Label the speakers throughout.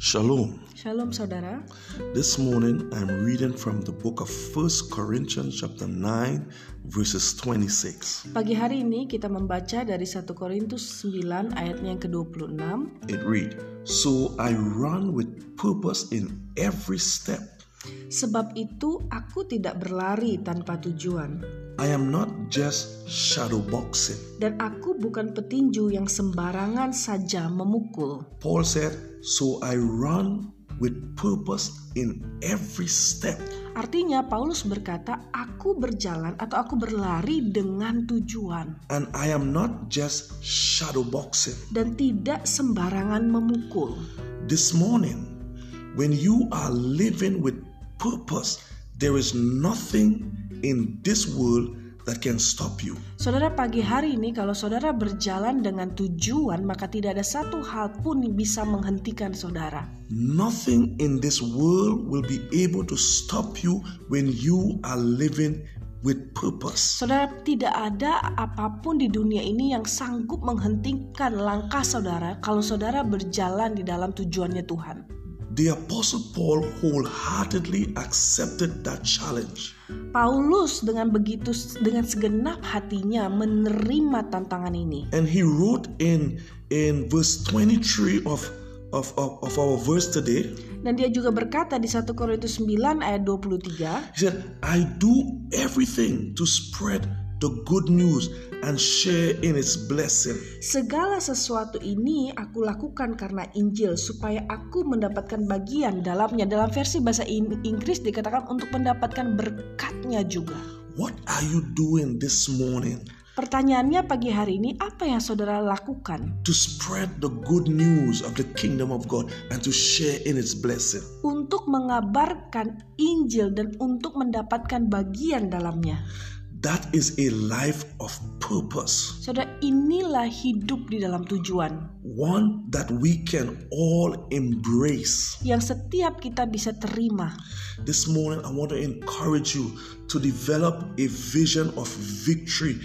Speaker 1: Shalom.
Speaker 2: Shalom saudara.
Speaker 1: This morning I'm reading from the book of 1 Corinthians chapter 9 verses 26.
Speaker 2: Pagi hari ini kita membaca dari 1 Korintus 9 ayatnya yang ke-26.
Speaker 1: It read, "So I run with purpose in every step.
Speaker 2: Sebab itu aku tidak berlari tanpa tujuan
Speaker 1: I am not just shadow boxing."
Speaker 2: dan aku bukan petinju yang sembarangan saja memukul.
Speaker 1: Paul said, "So I run with purpose in every step."
Speaker 2: Artinya Paulus berkata, aku berjalan atau aku berlari dengan tujuan
Speaker 1: And I am not just shadow boxing.
Speaker 2: dan tidak sembarangan memukul.
Speaker 1: This morning, when you are living with purpose, there is nothing in this world that can stop you.
Speaker 2: Saudara pagi hari ini kalau saudara berjalan dengan tujuan maka tidak ada satu hal pun yang bisa menghentikan saudara.
Speaker 1: Nothing in this world will be able to stop you when you are living with purpose.
Speaker 2: Saudara tidak ada apapun di dunia ini yang sanggup menghentikan langkah saudara kalau saudara berjalan di dalam tujuannya Tuhan.
Speaker 1: The Apostle Paul wholeheartedly accepted that challenge.
Speaker 2: Paulus dengan begitu dengan segenap hatinya menerima tantangan ini.
Speaker 1: And he wrote in, in verse 23 of, of, of, of our verse today,
Speaker 2: Dan dia juga berkata di 1 Korintus 9 ayat 23,
Speaker 1: He said, I do everything to spread the good news and share in its blessing.
Speaker 2: Segala sesuatu ini aku lakukan karena Injil supaya aku mendapatkan bagian dalamnya. Dalam versi bahasa In- Inggris dikatakan untuk mendapatkan berkatnya juga.
Speaker 1: What are you doing this morning
Speaker 2: Pertanyaannya pagi hari ini apa yang saudara lakukan
Speaker 1: to spread the good news of the kingdom of God and to share in its blessing?
Speaker 2: untuk mengabarkan Injil dan untuk mendapatkan bagian dalamnya?
Speaker 1: That is a life of purpose,
Speaker 2: Saudara, inilah hidup di dalam tujuan
Speaker 1: one that we can all embrace.
Speaker 2: yang setiap kita bisa terima.
Speaker 1: This morning, I want to encourage you to develop a vision of victory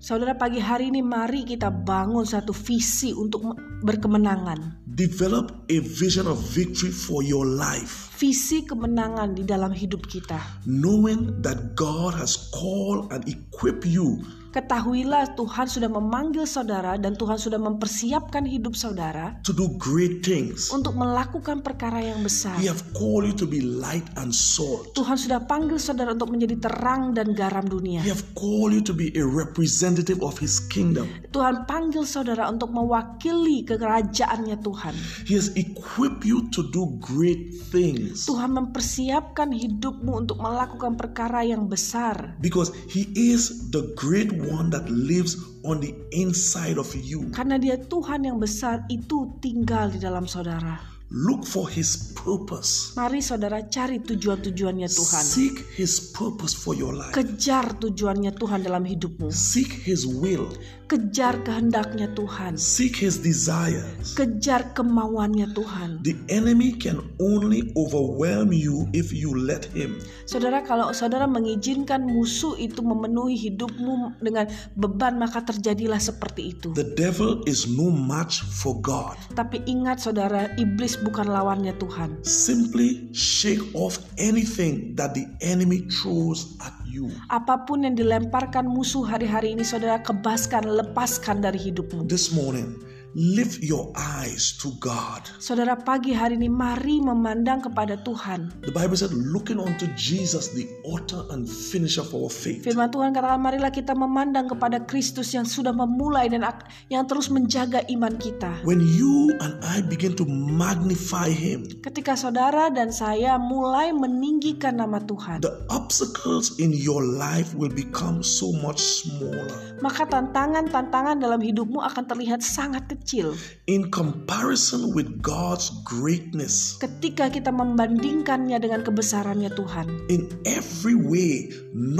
Speaker 2: Saudara, pagi hari ini mari kita bangun satu visi untuk me- berkemenangan.
Speaker 1: Develop a vision of victory for your life,
Speaker 2: visi kemenangan di dalam hidup kita.
Speaker 1: knowing that God has called and equipped you
Speaker 2: Ketahuilah Tuhan sudah memanggil saudara dan Tuhan sudah mempersiapkan hidup saudara
Speaker 1: to do great things.
Speaker 2: untuk melakukan perkara yang besar.
Speaker 1: He have called you to be light and salt.
Speaker 2: Tuhan sudah panggil saudara untuk menjadi terang dan garam dunia.
Speaker 1: He have called you to be a representative of his kingdom.
Speaker 2: Tuhan panggil saudara untuk mewakili kerajaannya Tuhan.
Speaker 1: He has equipped you to do great things
Speaker 2: Tuhan mempersiapkan hidupmu untuk melakukan perkara yang besar.
Speaker 1: because he is the great one that lives on the inside of you.
Speaker 2: Karena dia Tuhan yang besar itu tinggal di dalam saudara.
Speaker 1: Look for his purpose.
Speaker 2: Mari saudara cari tujuan-tujuannya Tuhan.
Speaker 1: Seek his purpose for your life.
Speaker 2: Kejar tujuannya Tuhan dalam hidupmu.
Speaker 1: Seek His will.
Speaker 2: Kejar kehendaknya Tuhan.
Speaker 1: Seek His desires.
Speaker 2: Kejar kemauannya Tuhan.
Speaker 1: The enemy can only overwhelm you if you let him.
Speaker 2: Saudara, kalau saudara mengizinkan musuh itu memenuhi hidupmu dengan beban, maka terjadilah seperti itu.
Speaker 1: The devil is no match for God.
Speaker 2: Tapi ingat saudara, iblis bukan lawannya Tuhan.
Speaker 1: Simply shake off anything that the enemy throws at you.
Speaker 2: Apapun yang dilemparkan musuh hari-hari ini, saudara kebaskan, lepaskan dari hidupmu.
Speaker 1: This morning, lift your eyes to God.
Speaker 2: Saudara, pagi hari ini mari memandang kepada Tuhan.
Speaker 1: The Bible said, looking unto Jesus, the author and finisher of our faith.
Speaker 2: Firman Tuhan katakan marilah kita memandang kepada Kristus yang sudah memulai dan ak- yang terus menjaga iman kita.
Speaker 1: When you and I begin to magnify him,
Speaker 2: Ketika saudara dan saya mulai meninggikan nama Tuhan,
Speaker 1: the obstacles in your life will become so much smaller
Speaker 2: maka tantangan-tantangan dalam hidupmu akan terlihat sangat kecil.
Speaker 1: in comparison with God's greatness.
Speaker 2: Ketika kita membandingkannya dengan kebesarannya Tuhan,
Speaker 1: In every way,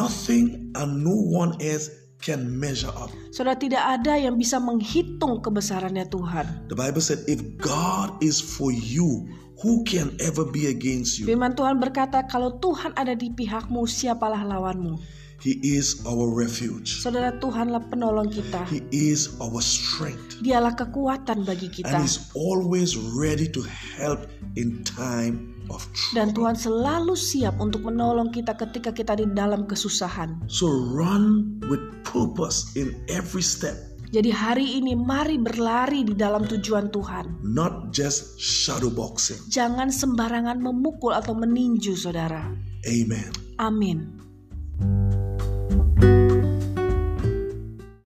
Speaker 1: nothing and no one else can measure up.
Speaker 2: saudara tidak ada yang bisa menghitung kebesarannya Tuhan.
Speaker 1: The Bible said, If God is for you, who can ever be against you?
Speaker 2: Firman Tuhan berkata, "Kalau Tuhan ada di pihakmu, siapalah lawanmu?"
Speaker 1: He is our refuge.
Speaker 2: Saudara Tuhanlah penolong kita.
Speaker 1: He is our strength.
Speaker 2: Dialah kekuatan bagi
Speaker 1: And
Speaker 2: kita.
Speaker 1: He's always ready to help in time of trouble.
Speaker 2: Dan Tuhan selalu siap untuk menolong kita ketika kita di dalam kesusahan.
Speaker 1: So run with purpose in every step,
Speaker 2: Jadi hari ini mari berlari di dalam tujuan Tuhan.
Speaker 1: not just shadow boxing.
Speaker 2: Jangan sembarangan memukul atau meninju saudara.
Speaker 1: Amen.
Speaker 2: Amin.